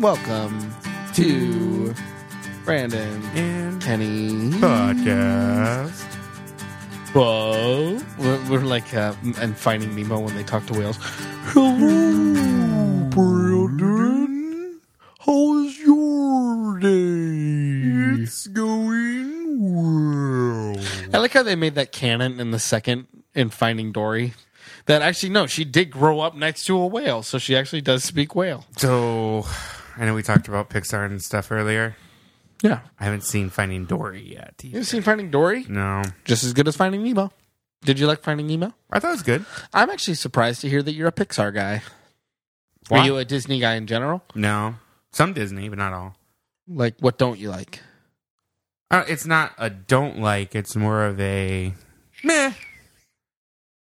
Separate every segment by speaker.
Speaker 1: welcome to Brandon
Speaker 2: And
Speaker 1: Kenny.
Speaker 2: podcast.
Speaker 1: Whoa. We're, we're like uh, and Finding Nemo when they talk to whales. Hello, Brandon. How's your day?
Speaker 2: It's going well.
Speaker 1: I like how they made that canon in the second in Finding Dory. That actually, no, she did grow up next to a whale, so she actually does speak whale.
Speaker 2: So, I know we talked about Pixar and stuff earlier.
Speaker 1: Yeah.
Speaker 2: I haven't seen Finding Dory yet. either.
Speaker 1: You've seen Finding Dory?
Speaker 2: No,
Speaker 1: Just as good as Finding Nemo. Did you like Finding Nemo?
Speaker 2: I thought it was good.
Speaker 1: I'm actually surprised to hear that you're a Pixar guy. Are
Speaker 2: Why?
Speaker 1: you a Disney guy in general?
Speaker 2: No, some Disney, but not all.
Speaker 1: Like, what don't you like?
Speaker 2: Uh, it's not a don't like. It's more of a meh.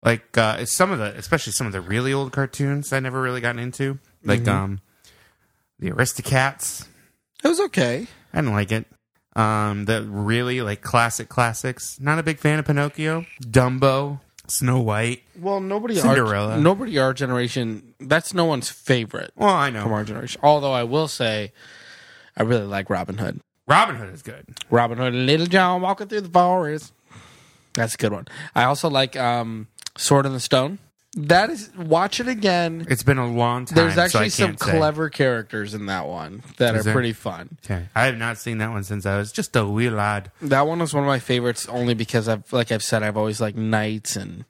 Speaker 2: Like uh, it's some of the, especially some of the really old cartoons I never really gotten into, like
Speaker 1: Mhm.
Speaker 2: um, the Aristocats.
Speaker 1: It was okay.
Speaker 2: I didn't like it. Um, the really like classic classics. Not a big fan of Pinocchio, Dumbo, Snow White.
Speaker 1: Well, nobody
Speaker 2: Cinderella.
Speaker 1: Our, nobody our generation. That's no one's favorite
Speaker 2: Well, I
Speaker 1: from
Speaker 2: know
Speaker 1: our generation. Although I will say, I really like Robin Hood.
Speaker 2: Robin Hood is good.
Speaker 1: Robin Hood and Little John walking through the forest. That's a good one. I also like um, Sword in the Stone. That is, watch it again.
Speaker 2: It's been a long time.
Speaker 1: There's
Speaker 2: so I
Speaker 1: actually some
Speaker 2: can't say.
Speaker 1: clever characters in that one that
Speaker 2: Is
Speaker 1: are
Speaker 2: there?
Speaker 1: pretty fun.
Speaker 2: Okay. I have not seen that one since I was just a wee lad.
Speaker 1: That one was one of my favorites only because I've like I've said I've always liked knights and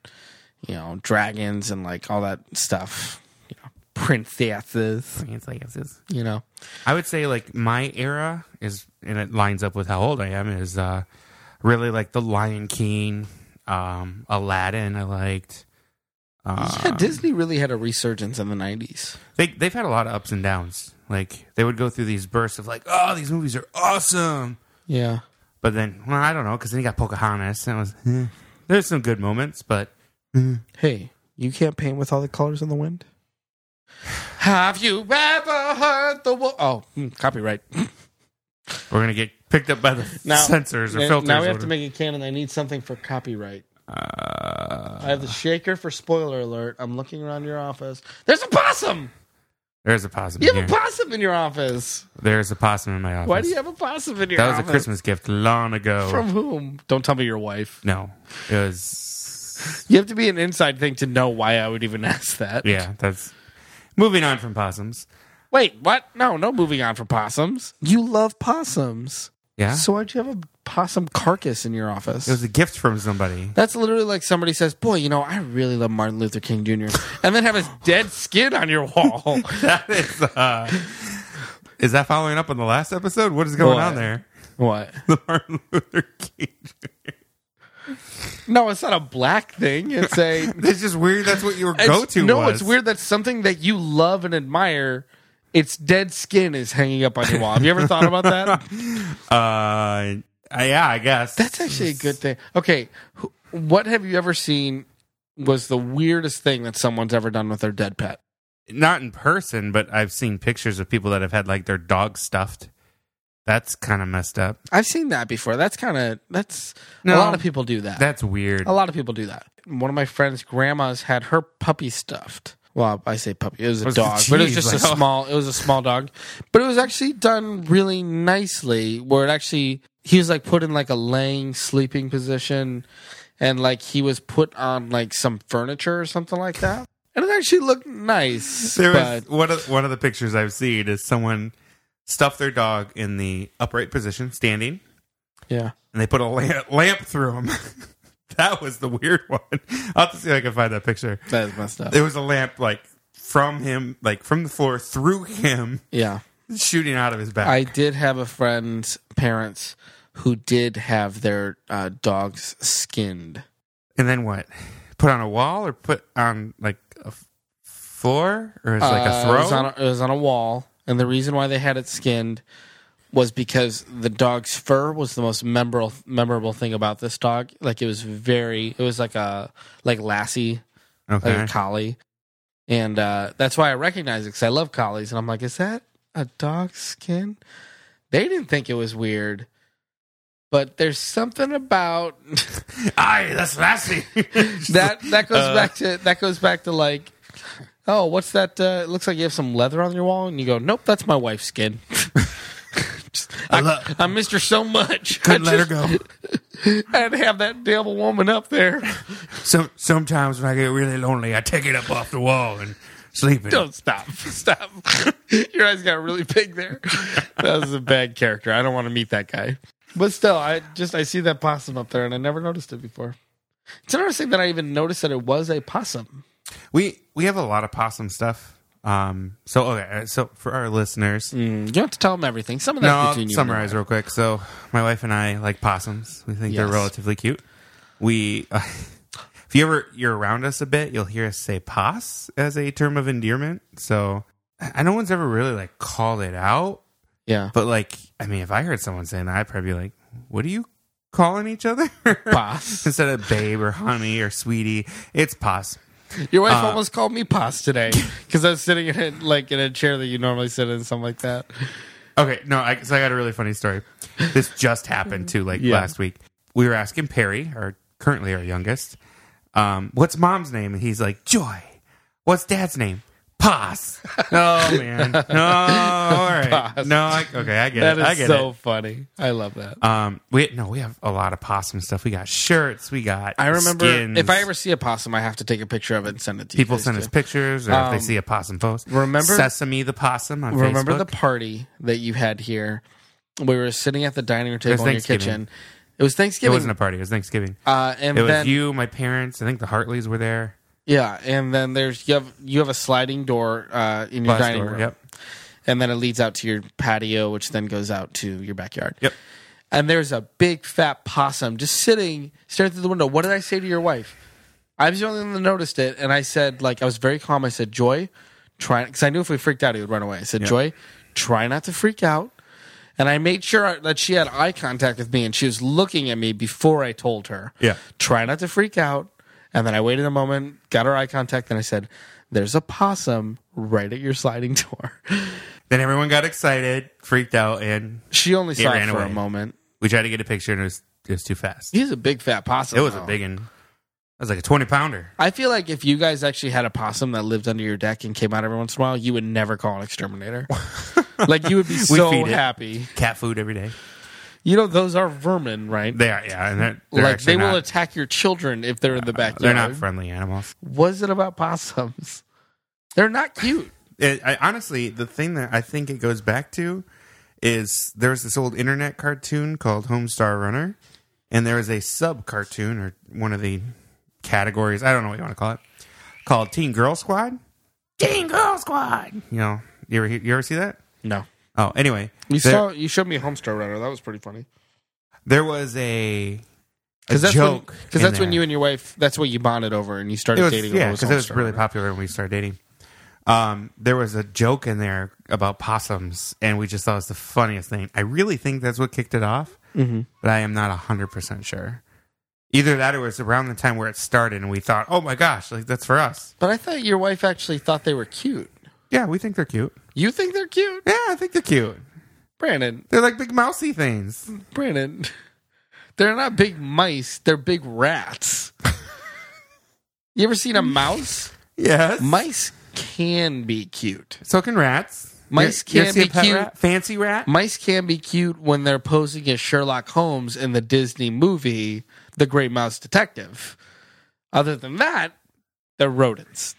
Speaker 1: you know dragons and like all that stuff. You know, princesses,
Speaker 2: It's like it's just-
Speaker 1: you know.
Speaker 2: I would say like my era is, and it lines up with how old I am. Is uh, really like the Lion King, um, Aladdin. I liked. Uh,
Speaker 1: yeah, Disney really had a resurgence in the 90s.
Speaker 2: they they've had a lot of ups and downs. Like they would go through these bursts of like, oh, these movies are awesome,
Speaker 1: Yeah.
Speaker 2: but then well, I don't know because then you got Pocahontas and it was eh. there's some good moments, but
Speaker 1: Hey, you can't paint with all the colors in the wind? Have you ever heard the wo- Oh, mm, copyright.
Speaker 2: we're gonna get picked up by the
Speaker 1: Now- eh,
Speaker 2: censors or filters.
Speaker 1: now we
Speaker 2: or
Speaker 1: have to
Speaker 2: whatever.
Speaker 1: make a canon. I need something for copyright.
Speaker 2: Uh,
Speaker 1: I have the shaker for spoiler alert. I'm looking around your office. There's a possum.
Speaker 2: There's a possum
Speaker 1: You
Speaker 2: here.
Speaker 1: have a possum in your office.
Speaker 2: There's a possum in my office.
Speaker 1: Why do you have a possum in your
Speaker 2: that was
Speaker 1: office?
Speaker 2: a Christmas gift long ago.
Speaker 1: From whom? Don't tell me your wife.
Speaker 2: no, it was.
Speaker 1: You have to be an inside thing to know why I would even ask that.
Speaker 2: Yeah, that's moving on from possums.
Speaker 1: Wait, what? No, no moving on for possums. You love possums.
Speaker 2: Yeah,
Speaker 1: So why'd you have a possum carcass in your office?
Speaker 2: it was a gift from somebody.
Speaker 1: That's literally like somebody says, Boy, you know, I really love Martin Luther King Jr. and then have his dead skin on your wall.
Speaker 2: that is. Uh, is that following up on the last episode? What is going
Speaker 1: What?
Speaker 2: on there?
Speaker 1: what?
Speaker 2: The Martin Luther King.
Speaker 1: No, it's not a black thing. It's a
Speaker 2: It's just weird. That's what your
Speaker 1: It's-
Speaker 2: go to.
Speaker 1: No,
Speaker 2: was.
Speaker 1: it's weird that something that you love and admire, its dead skin is hanging up on your wall. Have you ever thought about that?
Speaker 2: Uh, I- yeah, I guess
Speaker 1: That's actually a good thing. Okay, wh- what have you ever seen was the weirdest thing that someone's ever done with their dead pet?
Speaker 2: not in person, but I've seen pictures of people that have had like their dog stuffed. That's kind of messed up.
Speaker 1: I've seen that before. That's kind of that's
Speaker 2: No.
Speaker 1: a lot of people do that.
Speaker 2: That's weird.
Speaker 1: A lot of people do that. One of my friends' grandmas had her puppy stuffed. Well, I say puppy. It was a
Speaker 2: Was it
Speaker 1: dog, but it was
Speaker 2: cheese?
Speaker 1: just a
Speaker 2: Like, oh.
Speaker 1: small. It was a small dog, but it was actually done really nicely. Where it actually, he was like put in like a laying sleeping position, and like he was put on like some furniture or something like that, and it actually looked nice.
Speaker 2: There
Speaker 1: but
Speaker 2: was one of one of the pictures I've seen is someone stuffed their dog in the upright position, standing,
Speaker 1: yeah,
Speaker 2: and they put a lamp, lamp through him. that was the weird one. I'll have to see if I can find that picture.
Speaker 1: that is messed up.
Speaker 2: There was a lamp like from him, like from the floor through him,
Speaker 1: Yeah.
Speaker 2: shooting out of his back.
Speaker 1: I did have a friend's parents who did have their uh, dogs skinned.
Speaker 2: and then what? Put on a wall or put on like a f- floor or is it like
Speaker 1: Uh,
Speaker 2: a throw?
Speaker 1: It was, on a, it was on a wall, and the reason why they had it skinned was because the dog's fur was the most memorable memorable thing about this dog. Like it was very, it was like a like Lassie, like
Speaker 2: okay.
Speaker 1: a collie, and uh, that's why I recognize it because I love collies, and I'm like, is that a dog's skin? They didn't think it was weird, but there's something about
Speaker 2: Aye, that's nasty.
Speaker 1: that that goes
Speaker 2: Uh,
Speaker 1: back to that goes back to like oh, what's that? Uh, it looks like you have some leather on your wall, and you go, nope, that's my wife's skin. Just- I,
Speaker 2: I love-
Speaker 1: I missed her so much.
Speaker 2: Couldn't
Speaker 1: I
Speaker 2: let her go.
Speaker 1: just- I'd have that devil woman up there.
Speaker 2: Some sometimes when I get really lonely, I take it up off the wall and sleep in.
Speaker 1: Don't
Speaker 2: it.
Speaker 1: stop. Stop. Your eyes got really big there. That was a bad character. I don't want to meet that guy. But still, I just I see that possum up there and I never noticed it before. It's interesting that I even noticed that it was a possum.
Speaker 2: We we have a lot of possum stuff. Um. So okay. So for our listeners,
Speaker 1: Mm, you don't have to tell them everything. Some of
Speaker 2: no,
Speaker 1: that
Speaker 2: I'll
Speaker 1: between you and I.
Speaker 2: summarize real quick. So my wife and I like possums. We think
Speaker 1: Yes.
Speaker 2: they're relatively cute. We. If you ever you're around us a bit, you'll hear us say "pos" as a term of endearment. So, I no one's ever really like called it out,
Speaker 1: Yeah.
Speaker 2: But like, I mean, if I heard someone saying that, I'd probably be like, "What are you calling each other?"
Speaker 1: Pos.
Speaker 2: Instead of babe or honey or sweetie, it's pos.
Speaker 1: Your wife
Speaker 2: Uh,
Speaker 1: almost called me pos today because I was sitting in a, like in a chair that you normally sit in, something like that.
Speaker 2: Okay, no, I, so I got a really funny story. This just happened too, like
Speaker 1: Yeah.
Speaker 2: last week. We were asking Perry, our currently our youngest, um, "What's mom's name?" And he's like, "Joy." What's dad's name? Pos. Oh man. No. All right.
Speaker 1: Pos.
Speaker 2: No. I, okay. I get
Speaker 1: That
Speaker 2: it. I
Speaker 1: is
Speaker 2: get
Speaker 1: so
Speaker 2: it.
Speaker 1: funny. I love that.
Speaker 2: Um. We no. We have a lot of possum stuff. We got shirts. We got.
Speaker 1: I remember
Speaker 2: skins.
Speaker 1: if I ever see a possum, I have to take a picture of it and send it to you
Speaker 2: People
Speaker 1: guys,
Speaker 2: send
Speaker 1: too.
Speaker 2: us pictures, or if
Speaker 1: Um,
Speaker 2: they see a possum post.
Speaker 1: remember-
Speaker 2: Sesame the possum on
Speaker 1: remember
Speaker 2: Facebook?
Speaker 1: the party that you had here? We were sitting at the dining room
Speaker 2: was
Speaker 1: table in your
Speaker 2: Thanksgiving.
Speaker 1: kitchen. It was
Speaker 2: it
Speaker 1: Thanksgiving.
Speaker 2: wasn't a party. It was Thanksgiving.
Speaker 1: uh, and
Speaker 2: It was
Speaker 1: then
Speaker 2: you, my parents. I think the Hartleys were there.
Speaker 1: yeah, and then there's you have you have a sliding door uh, in your
Speaker 2: Glass
Speaker 1: dining
Speaker 2: door,
Speaker 1: room,
Speaker 2: Yep.
Speaker 1: and then it leads out to your patio, which then goes out to your backyard.
Speaker 2: Yep.
Speaker 1: And there's a big fat possum just sitting staring through the window. What did I say to your wife? I was the only one that noticed it, and I said like I was very calm. I said, "Joy, try," because I knew if we freaked out, he would run away. I said, "Joy, try not to freak out." And I made sure that she had eye contact with me, and she was looking at me before I told her.
Speaker 2: Yeah.
Speaker 1: try not to freak out. And then I waited a moment, got her eye contact, and I said, "There's a possum right at your sliding door."
Speaker 2: Then everyone got excited, freaked out, and
Speaker 1: She only saw it
Speaker 2: ran
Speaker 1: for a
Speaker 2: away.
Speaker 1: moment.
Speaker 2: we tried to get a picture, and it was, it was too fast.
Speaker 1: He's a big fat possum.
Speaker 2: It was a
Speaker 1: though.
Speaker 2: big one. It was like a 20 pounder.
Speaker 1: I feel like if you guys actually had a possum that lived under your deck and came out every once in a while, you would never call an exterminator. like you would be so
Speaker 2: feed it.
Speaker 1: happy.
Speaker 2: Cat food every day.
Speaker 1: You know those are vermin, right?
Speaker 2: They are, yeah. And they're, they're
Speaker 1: like
Speaker 2: actually
Speaker 1: they will
Speaker 2: not, Uh,
Speaker 1: attack your children if they're in the backyard.
Speaker 2: they're not friendly animals.
Speaker 1: Was it about possums? They're not cute.
Speaker 2: It, I, honestly, the thing that I think it goes back to is there's this old internet cartoon called Homestar Runner, and there is a sub cartoon or one of the categories I don't know what you want to call it called Teen Girl Squad. Teen Girl Squad. You know, you ever you ever see that?
Speaker 1: No.
Speaker 2: Oh, anyway,
Speaker 1: You
Speaker 2: there,
Speaker 1: saw you showed me Homestar Runner. That was pretty funny.
Speaker 2: there was a
Speaker 1: Because that's
Speaker 2: joke
Speaker 1: when
Speaker 2: in
Speaker 1: because that's when
Speaker 2: there.
Speaker 1: you and your wife that's what you bonded over and you started
Speaker 2: it was,
Speaker 1: dating.
Speaker 2: yeah
Speaker 1: over
Speaker 2: because it was
Speaker 1: Homestar
Speaker 2: really
Speaker 1: Runner.
Speaker 2: popular when we started dating. Um, there was a joke in there about possums, and we just thought it was the funniest thing. I really think that's what kicked it off.
Speaker 1: Mhm.
Speaker 2: but I am not 100% sure. Either that or it was around the time where it started and we thought, oh my gosh, like that's for us.
Speaker 1: But I thought your wife actually thought they were cute.
Speaker 2: Yeah, we think they're cute.
Speaker 1: You think they're cute?
Speaker 2: Yeah, I think they're cute.
Speaker 1: Brandon,
Speaker 2: They're like big mousy things.
Speaker 1: Brandon, they're not big mice. They're big rats. you ever seen a mouse?
Speaker 2: Yes.
Speaker 1: Mice can be cute.
Speaker 2: so can rats.
Speaker 1: Mice
Speaker 2: You- you
Speaker 1: can
Speaker 2: see a
Speaker 1: be
Speaker 2: pet
Speaker 1: cute.
Speaker 2: rat? Fancy rat?
Speaker 1: Mice can be cute when they're posing as Sherlock Holmes in the Disney movie The Great Mouse Detective. Other than that, they're rodents.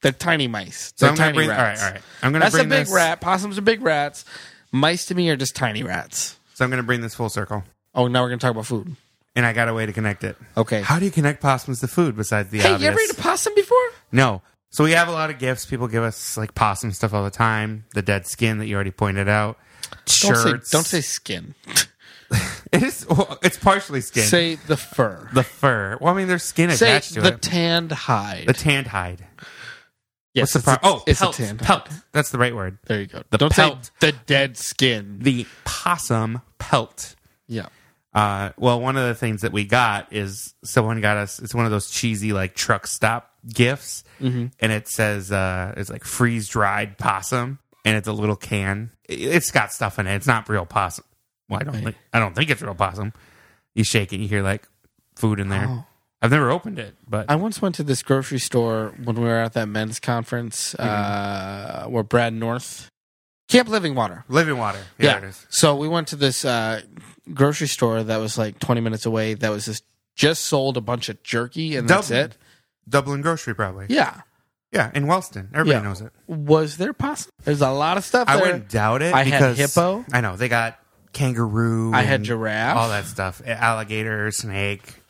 Speaker 1: They're tiny mice.
Speaker 2: so
Speaker 1: They're
Speaker 2: I'm gonna
Speaker 1: tiny
Speaker 2: bring, all right,
Speaker 1: rats.
Speaker 2: all right. I'm gonna
Speaker 1: That's a
Speaker 2: bring
Speaker 1: big
Speaker 2: this,
Speaker 1: rat. Possums are big rats. Mice to me are just tiny rats.
Speaker 2: So I'm gonna bring this full circle,
Speaker 1: Oh, now we're gonna talk about food.
Speaker 2: and I got a way to connect it.
Speaker 1: Okay.
Speaker 2: How do you connect possums to food besides the
Speaker 1: Hey,
Speaker 2: obvious?
Speaker 1: you ever ate a possum before?
Speaker 2: No. So we have a lot of gifts. People give us like possum stuff all the time. The dead skin that you already pointed out.
Speaker 1: Don't say,
Speaker 2: Shirts.
Speaker 1: don't say skin.
Speaker 2: It is. Well, it's partially skin.
Speaker 1: Say the fur.
Speaker 2: the fur. Well, I mean, there's skin
Speaker 1: say
Speaker 2: attached to
Speaker 1: the
Speaker 2: it.
Speaker 1: tanned hide.
Speaker 2: the tanned hide.
Speaker 1: yes,
Speaker 2: What's the pro-
Speaker 1: it's a-
Speaker 2: oh,
Speaker 1: it's
Speaker 2: pelt,
Speaker 1: a tanned.
Speaker 2: pelt. That's the right word.
Speaker 1: There you go.
Speaker 2: The
Speaker 1: don't
Speaker 2: pelt.
Speaker 1: say the dead skin.
Speaker 2: The possum pelt.
Speaker 1: Yeah.
Speaker 2: Uh, well, one of the things that we got is someone got us. It's one of those cheesy like truck stop gifts, and it says uh, it's like freeze dried possum, and it's a little can. It- It's got stuff in it. It's not real possum. Well, I don't. Think, I don't think it's real possum. You shake it, you hear like food in there.
Speaker 1: Oh. Uh,
Speaker 2: I I've never opened it, but
Speaker 1: I once went to this grocery store when we were at that men's conference
Speaker 2: Mm-hmm.
Speaker 1: uh, where Brad North, Camp Living Water.
Speaker 2: living water. Yeah, it is.
Speaker 1: So we went to this uh, grocery store that was like 20 minutes away that was just, just sold a bunch of jerky and that's
Speaker 2: Dublin.
Speaker 1: it.
Speaker 2: Dublin grocery probably. Yeah,
Speaker 1: Yeah.
Speaker 2: in Wellston, everybody
Speaker 1: Yeah.
Speaker 2: knows it.
Speaker 1: Was there pasta? There's a lot of stuff
Speaker 2: I
Speaker 1: there.
Speaker 2: wouldn't doubt it.
Speaker 1: I had
Speaker 2: because
Speaker 1: hippo.
Speaker 2: I know they got kangaroo.
Speaker 1: I had
Speaker 2: and
Speaker 1: giraffe.
Speaker 2: All that stuff, alligator, snake,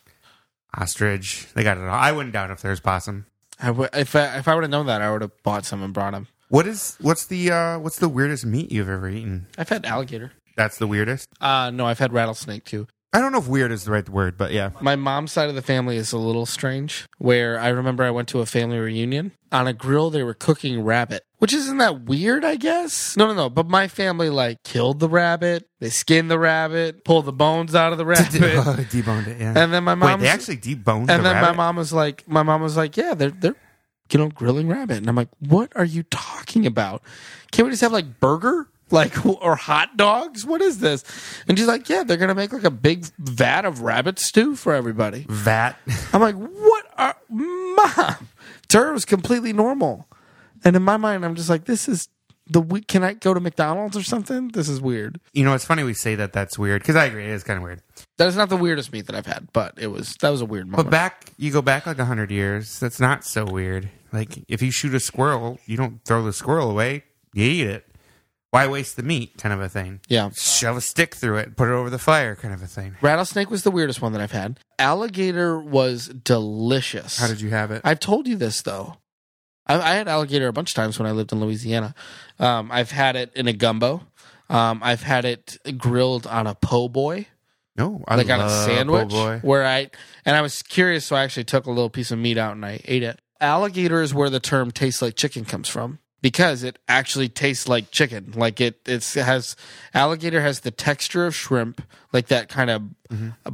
Speaker 2: ostrich. They got it all. I wouldn't doubt if there's possum.
Speaker 1: I would, if I, if I would have known that, I would have bought some and brought them.
Speaker 2: What is what's the uh, what's the weirdest meat you've ever eaten?
Speaker 1: I've had alligator.
Speaker 2: That's the weirdest.
Speaker 1: Uh, no, I've had rattlesnake too.
Speaker 2: I don't know if weird is the right word, but yeah.
Speaker 1: My mom's side of the family is a little strange. Where I remember I went to a family reunion on a grill, they were cooking rabbit, which isn't that weird, I guess. No, no, no. But my family like killed the rabbit, they skinned the rabbit, pulled the bones out of the rabbit,
Speaker 2: deboned it. Yeah.
Speaker 1: and then my
Speaker 2: Wait,
Speaker 1: mom
Speaker 2: they actually deboned the
Speaker 1: and then
Speaker 2: rabbit?
Speaker 1: my mom was like, my mom was like, yeah, they're they're you know grilling rabbit, and I'm like, what are you talking about? Can't we just have like burger? Like or hot dogs? What is this? And she's like, "Yeah, they're gonna make like a big vat of rabbit stew for everybody."
Speaker 2: Vat.
Speaker 1: I'm like, what are mom? To her, it was completely normal. And in my mind, I'm just like, this is the week. Can I go to McDonald's or something? This is weird.
Speaker 2: You know, it's funny we say that that's weird because I agree it is kind of weird.
Speaker 1: That is not the weirdest meat that I've had, but it was that was a weird moment.
Speaker 2: But back, you go back like hundred years. That's not so weird. Like if you shoot a squirrel, you don't throw the squirrel away. You eat it. Why waste the meat? Kind of a thing.
Speaker 1: yeah,
Speaker 2: Shove a stick through it, put it over the fire, kind of a thing.
Speaker 1: rattlesnake was the weirdest one that I've had. Alligator was delicious.
Speaker 2: How did you have it?
Speaker 1: I've told you this though. I, I had alligator a bunch of times when I lived in Louisiana. Um, I've had it in a gumbo. Um, I've had it grilled on a po' boy.
Speaker 2: no, I
Speaker 1: like on a
Speaker 2: love
Speaker 1: sandwich
Speaker 2: po' boy.
Speaker 1: where I and I was curious, so I actually took a little piece of meat out and I ate it. Alligator is where the term tastes like chicken comes from because it actually tastes like chicken. Like it it's, it has alligator has the texture of shrimp, like that kind of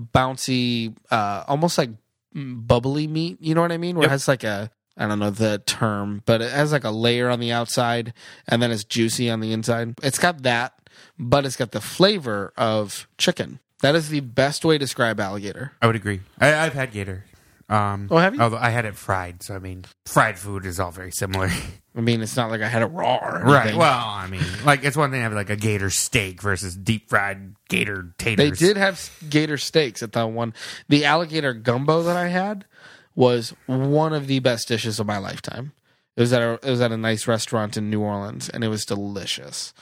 Speaker 1: bouncy uh almost like mm, bubbly meat, you know what I mean? Where
Speaker 2: Yep.
Speaker 1: it has like a I don't know the term, but it has like a layer on the outside and then it's juicy on the inside. It's got that, but it's got the flavor of chicken. That is the best way to describe alligator.
Speaker 2: I would agree. I, I've had gator. Um,
Speaker 1: Oh, have you?
Speaker 2: Although I had it fried, so I mean, fried food is all very similar,
Speaker 1: I mean, it's not like I had it raw or
Speaker 2: right?
Speaker 1: anything.
Speaker 2: Well, I mean, like it's one thing to have like a gator steak versus deep fried gator
Speaker 1: they
Speaker 2: taters.
Speaker 1: did have gator steaks at that one. The alligator gumbo that I had was one of the best dishes of my lifetime. It was at a, it was at a nice restaurant in New Orleans, and it was delicious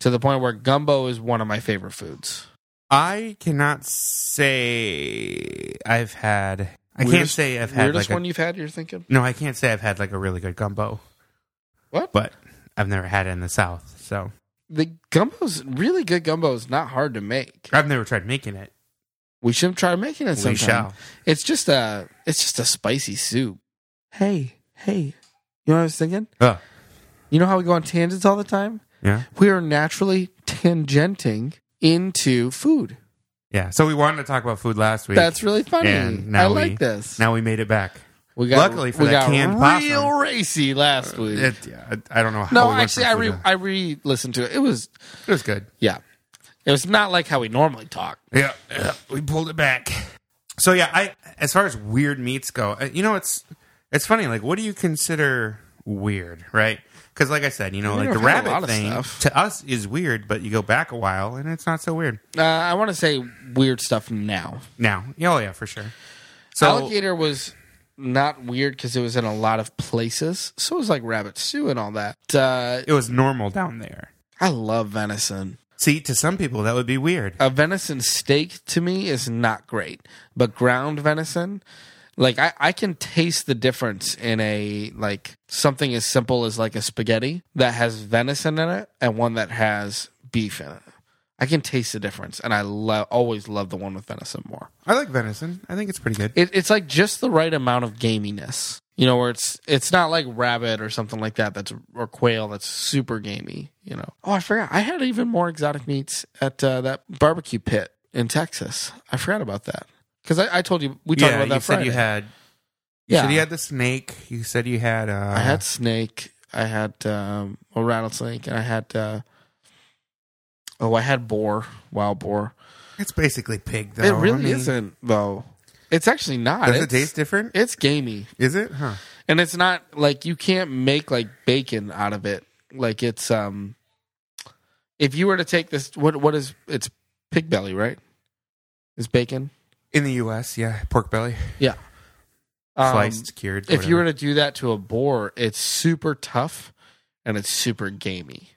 Speaker 1: to the point where gumbo is one of my favorite foods.
Speaker 2: I cannot say I've had. I can't
Speaker 1: Weirdest-
Speaker 2: say I've had
Speaker 1: weirdest
Speaker 2: like a,
Speaker 1: one you've had. You're thinking
Speaker 2: no. I can't say I've had like a really good gumbo.
Speaker 1: What?
Speaker 2: But I've never had it in the South, so
Speaker 1: the gumbo's really good. Gumbo is not hard to make.
Speaker 2: I've never tried making it.
Speaker 1: We should try making it sometime.
Speaker 2: We shall.
Speaker 1: It's just a it's just a spicy soup. Hey, hey. You know what I was thinking?
Speaker 2: Oh,
Speaker 1: You know how we go on tangents all the time?
Speaker 2: yeah,
Speaker 1: We are naturally tangenting into food.
Speaker 2: yeah. So we wanted to talk about food last week.
Speaker 1: That's really funny.
Speaker 2: And
Speaker 1: I
Speaker 2: now we-
Speaker 1: like this.
Speaker 2: now we made it back.
Speaker 1: we got
Speaker 2: luckily for
Speaker 1: we
Speaker 2: that
Speaker 1: got
Speaker 2: canned
Speaker 1: real
Speaker 2: possum.
Speaker 1: racy last week.
Speaker 2: It, yeah, I I don't know how.
Speaker 1: no,
Speaker 2: we went
Speaker 1: actually,
Speaker 2: from
Speaker 1: I
Speaker 2: food
Speaker 1: re
Speaker 2: to-
Speaker 1: I re listened to it. It was
Speaker 2: It was good.
Speaker 1: yeah, it was not like how we normally talk.
Speaker 2: Yeah, yeah, we pulled it back. So yeah, I as far as weird meats go, uh, you know it's it's funny. Like, what do you consider weird, right? Because like I said, you know,
Speaker 1: We
Speaker 2: like the
Speaker 1: don't have a lot
Speaker 2: rabbit
Speaker 1: of
Speaker 2: thing
Speaker 1: stuff.
Speaker 2: to us is weird, but you go back a while and it's not so weird
Speaker 1: Uh, I want to say weird stuff now.
Speaker 2: now. Yeah, Oh yeah, for sure. So
Speaker 1: alligator was not weird because it was in a lot of places. So it was like rabbit stew and all that. Uh,
Speaker 2: it was normal down there.
Speaker 1: I love venison.
Speaker 2: See, to some people that would be weird.
Speaker 1: A venison steak to me is not great, but ground venison, like I, I can taste the difference in a like something as simple as like a spaghetti that has venison in it and one that has beef in it. I can taste the difference, and I love always love the one with venison more.
Speaker 2: I like venison. I think it's pretty good.
Speaker 1: it, it's like just the right amount of gaminess. You know, where it's it's not like rabbit or something like that. That's or quail. That's super gamey. You know. Oh, I forgot. I had even more exotic meats at uh, that barbecue pit in Texas. I forgot about that because I, I told you we talked
Speaker 2: yeah,
Speaker 1: about that
Speaker 2: you said
Speaker 1: Friday.
Speaker 2: you had. You
Speaker 1: Yeah.
Speaker 2: said you had the snake. You said you had. Uh,
Speaker 1: I had snake. I had um, a rattlesnake, and I had uh, oh, I had boar, wild boar.
Speaker 2: It's basically pig, though.
Speaker 1: it
Speaker 2: I
Speaker 1: really
Speaker 2: mean-
Speaker 1: isn't though. It's actually not.
Speaker 2: Does it
Speaker 1: it's,
Speaker 2: taste different?
Speaker 1: It's gamey,
Speaker 2: Is it? Huh.
Speaker 1: and it's not like you can't make like bacon out of it. Like it's um, if you were to take this, what what is it's pig belly, right? Is bacon
Speaker 2: In the U.S., yeah, pork belly,
Speaker 1: Um,
Speaker 2: sliced, cured.
Speaker 1: If you were
Speaker 2: whatever.
Speaker 1: to do that to a boar, it's super tough and it's super gamey.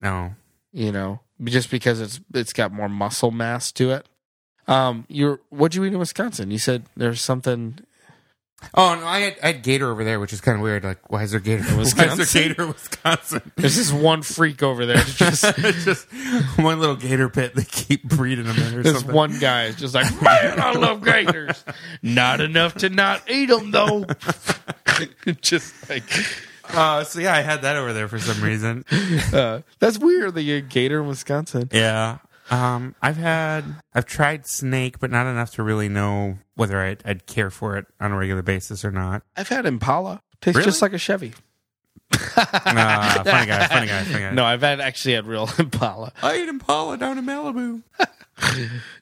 Speaker 2: no,
Speaker 1: You know, just because it's it's got more muscle mass to it. Um, you're what'd you eat in Wisconsin? You said there's something
Speaker 2: oh no, I had, I had gator over there, which is kind of weird. Like, why is there gator? Why is
Speaker 1: Wisconsin?
Speaker 2: there gator in Wisconsin?
Speaker 1: There's this one freak over there. It's just
Speaker 2: It's just one little gator pit. They keep breeding them in or
Speaker 1: this
Speaker 2: something.
Speaker 1: one guy is just like, man, I love gators. Not enough to not eat them though. just like
Speaker 2: Uh, so yeah, I had that over there for some reason.
Speaker 1: uh, that's weird that you're a gator in Wisconsin.
Speaker 2: yeah. Um, I've had, I've tried snake, but not enough to really know whether I'd, I'd care for it on a regular basis or not.
Speaker 1: I've had Impala. Tastes just
Speaker 2: Really?
Speaker 1: like a Chevy.
Speaker 2: Uh, funny guy, funny guy, funny guy.
Speaker 1: No, I've had actually had real Impala.
Speaker 2: I ate Impala down in Malibu.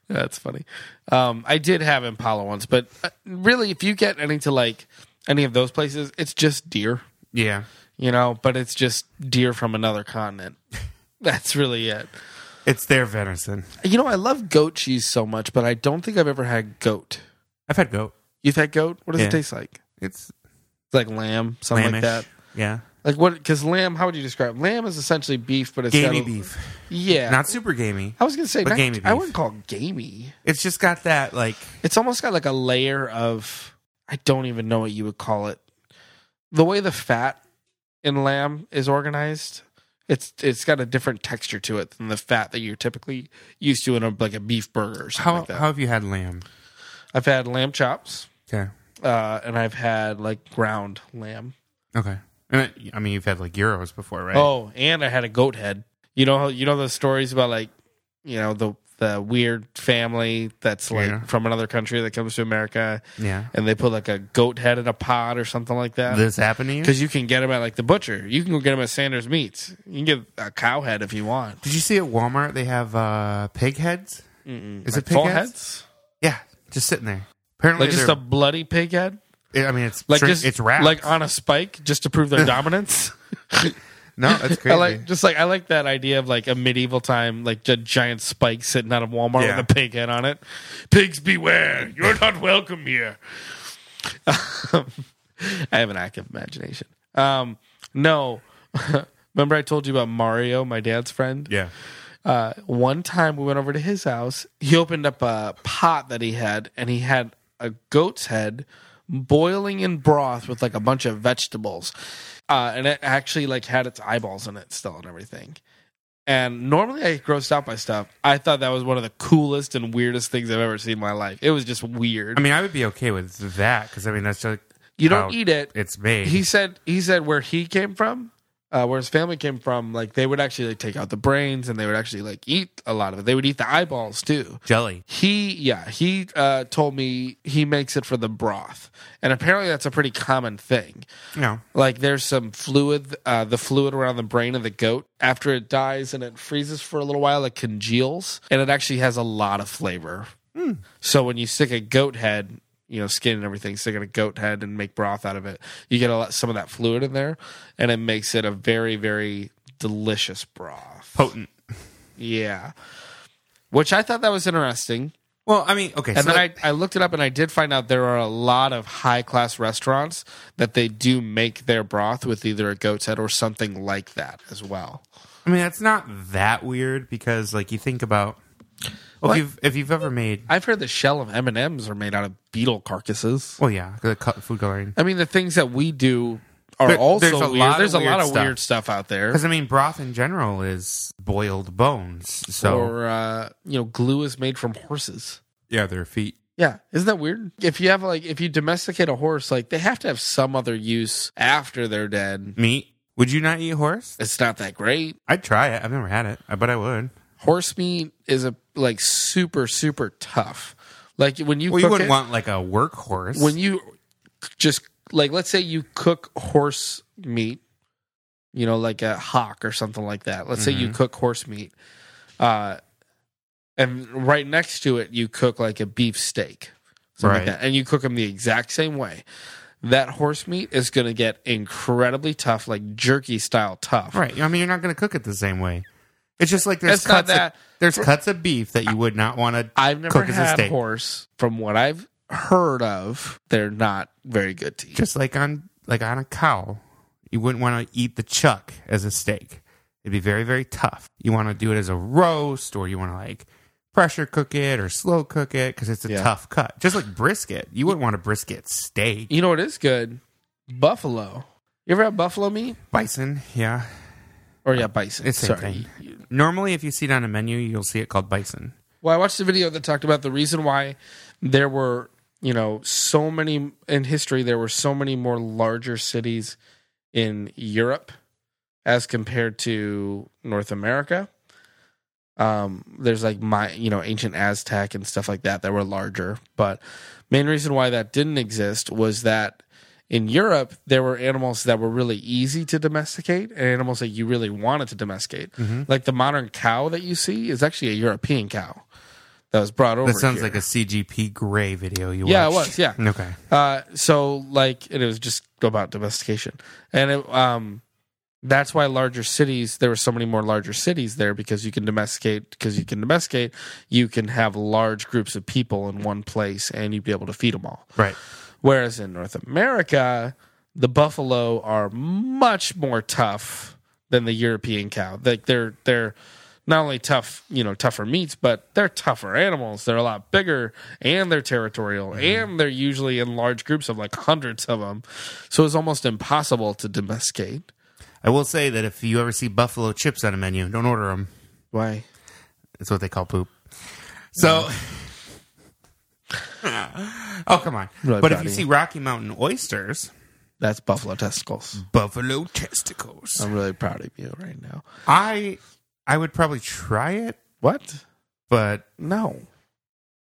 Speaker 1: That's funny. Um, I did have Impala once, but uh, really, if you get any to like any of those places, it's just deer,
Speaker 2: Yeah.
Speaker 1: you know. But it's just deer from another continent. That's really it.
Speaker 2: It's their venison.
Speaker 1: You know, I love goat cheese so much, but I don't think I've ever had goat.
Speaker 2: I've had goat.
Speaker 1: You've had goat? What does
Speaker 2: Yeah.
Speaker 1: it taste like?
Speaker 2: It's
Speaker 1: It's like lamb, something
Speaker 2: lambish.
Speaker 1: like that.
Speaker 2: Yeah.
Speaker 1: Like what? Because lamb, how would you describe? Lamb is essentially beef, but it's
Speaker 2: Gamey
Speaker 1: got a-
Speaker 2: beef.
Speaker 1: Yeah,
Speaker 2: Not super gamey.
Speaker 1: I was gonna say,
Speaker 2: but
Speaker 1: not,
Speaker 2: gamey
Speaker 1: I
Speaker 2: beef.
Speaker 1: wouldn't call it gamey.
Speaker 2: It's just got that like
Speaker 1: it's almost got like a layer of I don't even know what you would call it. The way the fat in lamb is organized, it's it's got a different texture to it than the fat that you're typically used to in a, like a beef burger or something
Speaker 2: how
Speaker 1: like that.
Speaker 2: how have you had lamb?
Speaker 1: I've had lamb chops,
Speaker 2: Okay.
Speaker 1: uh, and I've had like ground lamb.
Speaker 2: Okay. And uh, I- I mean, you've had like euros before, right?
Speaker 1: Oh, and I had a goat head. You know how you know those stories about like you know the the weird family that's like
Speaker 2: Yeah.
Speaker 1: from another country that comes to America
Speaker 2: yeah.
Speaker 1: and they put like a goat head in a pod or something like that.
Speaker 2: This happened to you?
Speaker 1: Because you can get them at like the butcher. You can go get them at Sanders Meats. You can get a cow head if you want.
Speaker 2: Did you see at Walmart they have uh, pig heads?
Speaker 1: Mm-mm.
Speaker 2: Is
Speaker 1: Like
Speaker 2: it pig
Speaker 1: full
Speaker 2: heads? Yeah, just sitting there. Apparently,
Speaker 1: Like just a bloody pig head?
Speaker 2: I mean, it's
Speaker 1: Like
Speaker 2: like
Speaker 1: just
Speaker 2: it's wrapped.
Speaker 1: like on a spike just to prove their dominance.
Speaker 2: no, that's
Speaker 1: I
Speaker 2: crazy.
Speaker 1: like just like I like that idea of like a medieval time, like a giant spike sitting out of Walmart
Speaker 2: Yeah.
Speaker 1: with a pig head on it. Pigs beware! You're not welcome here. Um, I have an active imagination. Um, no, remember I told you about Mario, my dad's friend.
Speaker 2: yeah,
Speaker 1: uh, one time we went over to his house. He opened up a pot that he had, and he had a goat's head boiling in broth with like a bunch of vegetables, uh, and it actually like had its eyeballs in it still and everything. And normally I get grossed out by stuff. I thought that was one of the coolest and weirdest things I've ever seen in my life. It was just weird.
Speaker 2: I mean, I would be okay with that because I mean that's just
Speaker 1: you don't
Speaker 2: how
Speaker 1: eat it.
Speaker 2: It's made.
Speaker 1: He said he said where he came from, uh, where his family came from, like they would actually like take out the brains and they would actually like eat a lot of it. They would eat the eyeballs too.
Speaker 2: jelly.
Speaker 1: He yeah, he uh, told me he makes it for the broth. And apparently that's a pretty common thing.
Speaker 2: No,
Speaker 1: Like there's some fluid uh, the fluid around the brain of the goat after it dies and it freezes for a little while it congeals and it actually has a lot of flavor. So when you stick a goat head, you know, skin and everything, stick in a goat head and make broth out of it, you get a lot some of that fluid in there and it makes it a very very delicious broth.
Speaker 2: potent.
Speaker 1: Yeah. Which I thought that was interesting.
Speaker 2: Well, I mean, okay.
Speaker 1: And
Speaker 2: so
Speaker 1: then I, I looked it up and I did find out there are a lot of high class restaurants that they do make their broth with either a goat's head or something like that as well.
Speaker 2: I mean, that's not that weird because like you think about well, if you've, if you've ever made
Speaker 1: I've heard the shell of M and M's are made out of beetle carcasses.
Speaker 2: well, yeah, the cut food coloring.
Speaker 1: I mean, the things that we do are
Speaker 2: There-
Speaker 1: also
Speaker 2: there's a
Speaker 1: weird.
Speaker 2: lot of
Speaker 1: there's a lot
Speaker 2: weird
Speaker 1: of
Speaker 2: stuff.
Speaker 1: weird stuff out there.
Speaker 2: Because I mean, broth in general is boiled bones. So
Speaker 1: Or uh, you know, glue is made from horses.
Speaker 2: yeah, their feet.
Speaker 1: Yeah, isn't that weird? If you have like if you domesticate a horse, like they have to have some other use after they're dead.
Speaker 2: Meat. Would you not eat horse?
Speaker 1: It's not that great.
Speaker 2: I'd try it. I've never had it, but I would.
Speaker 1: horse meat is a like super super tough. Like when you
Speaker 2: Well, you
Speaker 1: cook
Speaker 2: wouldn't
Speaker 1: it,
Speaker 2: want like a workhorse.
Speaker 1: when you just like let's say you cook horse meat, you know, like a hock or something like that. Let's say you
Speaker 2: Mm-hmm.
Speaker 1: cook horse meat, uh, and right next to it you cook like a beef steak. something
Speaker 2: Right.
Speaker 1: like that, and you cook them the exact same way, that horse meat is going to get incredibly tough, like jerky style tough.
Speaker 2: Right. I mean, you're not going to cook it the same way. It's just like there's
Speaker 1: It's not
Speaker 2: cuts. Of,
Speaker 1: that-
Speaker 2: there's cuts of beef that you would not want to.
Speaker 1: I've never
Speaker 2: Cook as a
Speaker 1: had
Speaker 2: steak.
Speaker 1: horse. From what I've heard of, they're not very good to eat.
Speaker 2: Just like on like on a cow, you wouldn't want to eat the chuck as a steak. It'd be very very tough. You want to do it as a roast, or you want to like pressure cook it or slow cook it because it's a
Speaker 1: Yeah.
Speaker 2: tough cut. Just like brisket, you wouldn't want a brisket steak.
Speaker 1: You know what is good? Buffalo. You ever had buffalo meat?
Speaker 2: Bison, yeah.
Speaker 1: Or yeah, bison.
Speaker 2: It's the same
Speaker 1: Sorry.
Speaker 2: thing. Normally, if you see it on a menu, you'll see it called bison.
Speaker 1: Well, I watched a video that talked about the reason why there were, you know, so many in history, there were so many more larger cities in Europe as compared to North America. Um, there's like my, you know, ancient Aztec and stuff like that that were larger. But main reason why that didn't exist was that in Europe there were animals that were really easy to domesticate and animals that you really wanted to domesticate.
Speaker 2: Mm-hmm.
Speaker 1: Like the modern cow that you see is actually a European cow that was brought over.
Speaker 2: That sounds
Speaker 1: here.
Speaker 2: like a CGP Grey video you
Speaker 1: Yeah, it
Speaker 2: watched.
Speaker 1: was, yeah.
Speaker 2: Okay.
Speaker 1: Uh, so like, and it was just about domestication, and it, um, that's why larger cities. There were so many more larger cities there because you can domesticate. Because you can domesticate, you can have large groups of people in one place, and you'd be able to feed them all.
Speaker 2: Right.
Speaker 1: Whereas in North America, the buffalo are much more tough than the European cow. Like they're they're not only tough, you know, tougher meats, but they're tougher animals. They're a lot bigger and they're territorial
Speaker 2: Mm-hmm.
Speaker 1: and they're usually in large groups of like hundreds of them. So it's almost impossible to domesticate.
Speaker 2: I will say that if you ever see buffalo chips on a menu, don't order them.
Speaker 1: Why?
Speaker 2: It's what they call poop. So, oh come on!
Speaker 1: Really
Speaker 2: but if
Speaker 1: bad
Speaker 2: you
Speaker 1: idea.
Speaker 2: see Rocky Mountain oysters,
Speaker 1: That's buffalo testicles.
Speaker 2: Mm. buffalo testicles,
Speaker 1: I'm really proud of you right now.
Speaker 2: I I would probably try it,
Speaker 1: What?
Speaker 2: but
Speaker 1: No.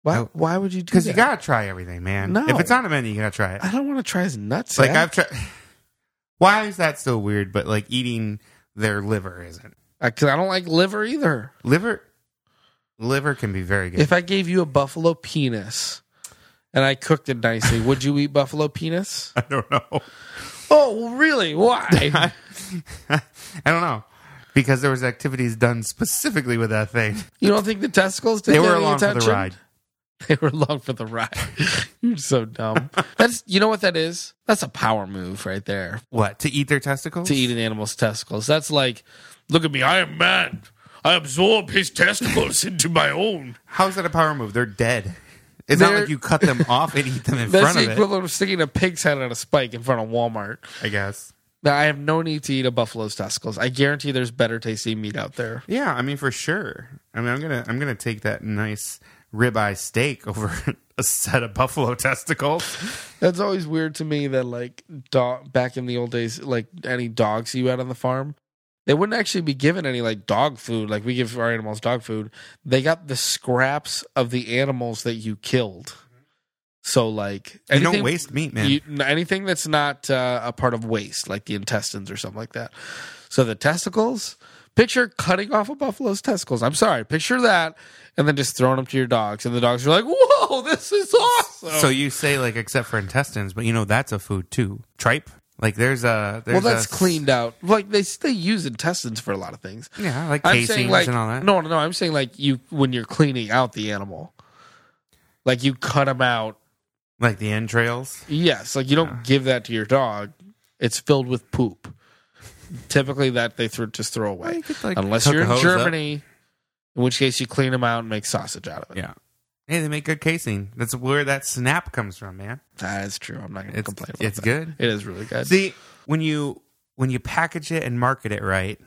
Speaker 1: Why?
Speaker 2: No.
Speaker 1: why would you do
Speaker 2: Oh. because you
Speaker 1: that?
Speaker 2: gotta try everything, man.
Speaker 1: No.
Speaker 2: If it's on a menu, you gotta try it.
Speaker 1: I don't want to try his nuts.
Speaker 2: Like
Speaker 1: Zach.
Speaker 2: I've tried. Why is that so weird? But like eating their liver isn't
Speaker 1: because I don't like liver either.
Speaker 2: liver. Liver can be very good.
Speaker 1: If I gave you a buffalo penis and I cooked it nicely, would you eat buffalo penis?
Speaker 2: I don't know.
Speaker 1: Oh, really? Why?
Speaker 2: I don't know because there was activities done specifically with that thing.
Speaker 1: You don't think the testicles did
Speaker 2: They were
Speaker 1: any
Speaker 2: along for
Speaker 1: attention?
Speaker 2: the ride.
Speaker 1: They were along for the ride. You're so dumb. That's you know what that is? That's a power move right there
Speaker 2: What to eat their testicles?
Speaker 1: to eat an animal's testicles. That's like, look at me, I am man. I absorb his testicles into my own.
Speaker 2: How is that a power move? They're dead. It's not
Speaker 1: They're-
Speaker 2: like you cut them off and eat them in
Speaker 1: That's
Speaker 2: front
Speaker 1: the
Speaker 2: of it.
Speaker 1: equivalent of sticking a pig's head on a spike in front of Walmart.
Speaker 2: I guess.
Speaker 1: Now, I have no need to eat a buffalo's testicles. I guarantee there's better tasting meat out there.
Speaker 2: Yeah, I mean for sure. I mean I'm gonna I'm gonna take that nice ribeye steak over a set of buffalo testicles.
Speaker 1: That's always weird to me that like dog back in the old days, like any dogs you had on the farm, they wouldn't actually be given any like dog food. Like we give our animals dog food. They got the scraps of the animals that you killed. So like
Speaker 2: Mm-hmm. You don't
Speaker 1: anything-
Speaker 2: waste meat, man.
Speaker 1: you- n- anything that's not uh, a part of waste, like the intestines or something like that. So the testicles. Picture cutting off a buffalo's testicles. I'm sorry. Picture that, and then just throwing them to your dogs, and the dogs are like, "Whoa, this is awesome!"
Speaker 2: so you say like except for intestines, but you know that's a food too. Tripe. Like there's a there's
Speaker 1: well, that's
Speaker 2: a-
Speaker 1: cleaned out. Like they they use intestines for a lot of things.
Speaker 2: Yeah, like
Speaker 1: I'm
Speaker 2: casings
Speaker 1: saying like
Speaker 2: and all that.
Speaker 1: no, no, no. I'm saying like you when you're cleaning out the animal, like you cut them out.
Speaker 2: Like the entrails.
Speaker 1: Yes, like you don't give that to your dog. It's filled with poop. Typically, that they throw just throw
Speaker 2: Well,
Speaker 1: away,
Speaker 2: you could, like,
Speaker 1: unless
Speaker 2: hook
Speaker 1: you're
Speaker 2: a
Speaker 1: in
Speaker 2: hose up.
Speaker 1: Germany, in which case you clean them out and make sausage out of it.
Speaker 2: Yeah. Hey, they make good casing. That's where that snap comes from, man.
Speaker 1: That is true. I'm not going to
Speaker 2: It's-
Speaker 1: complain. About
Speaker 2: it's
Speaker 1: that.
Speaker 2: good.
Speaker 1: It is really good.
Speaker 2: See, when you when you package it and market it right,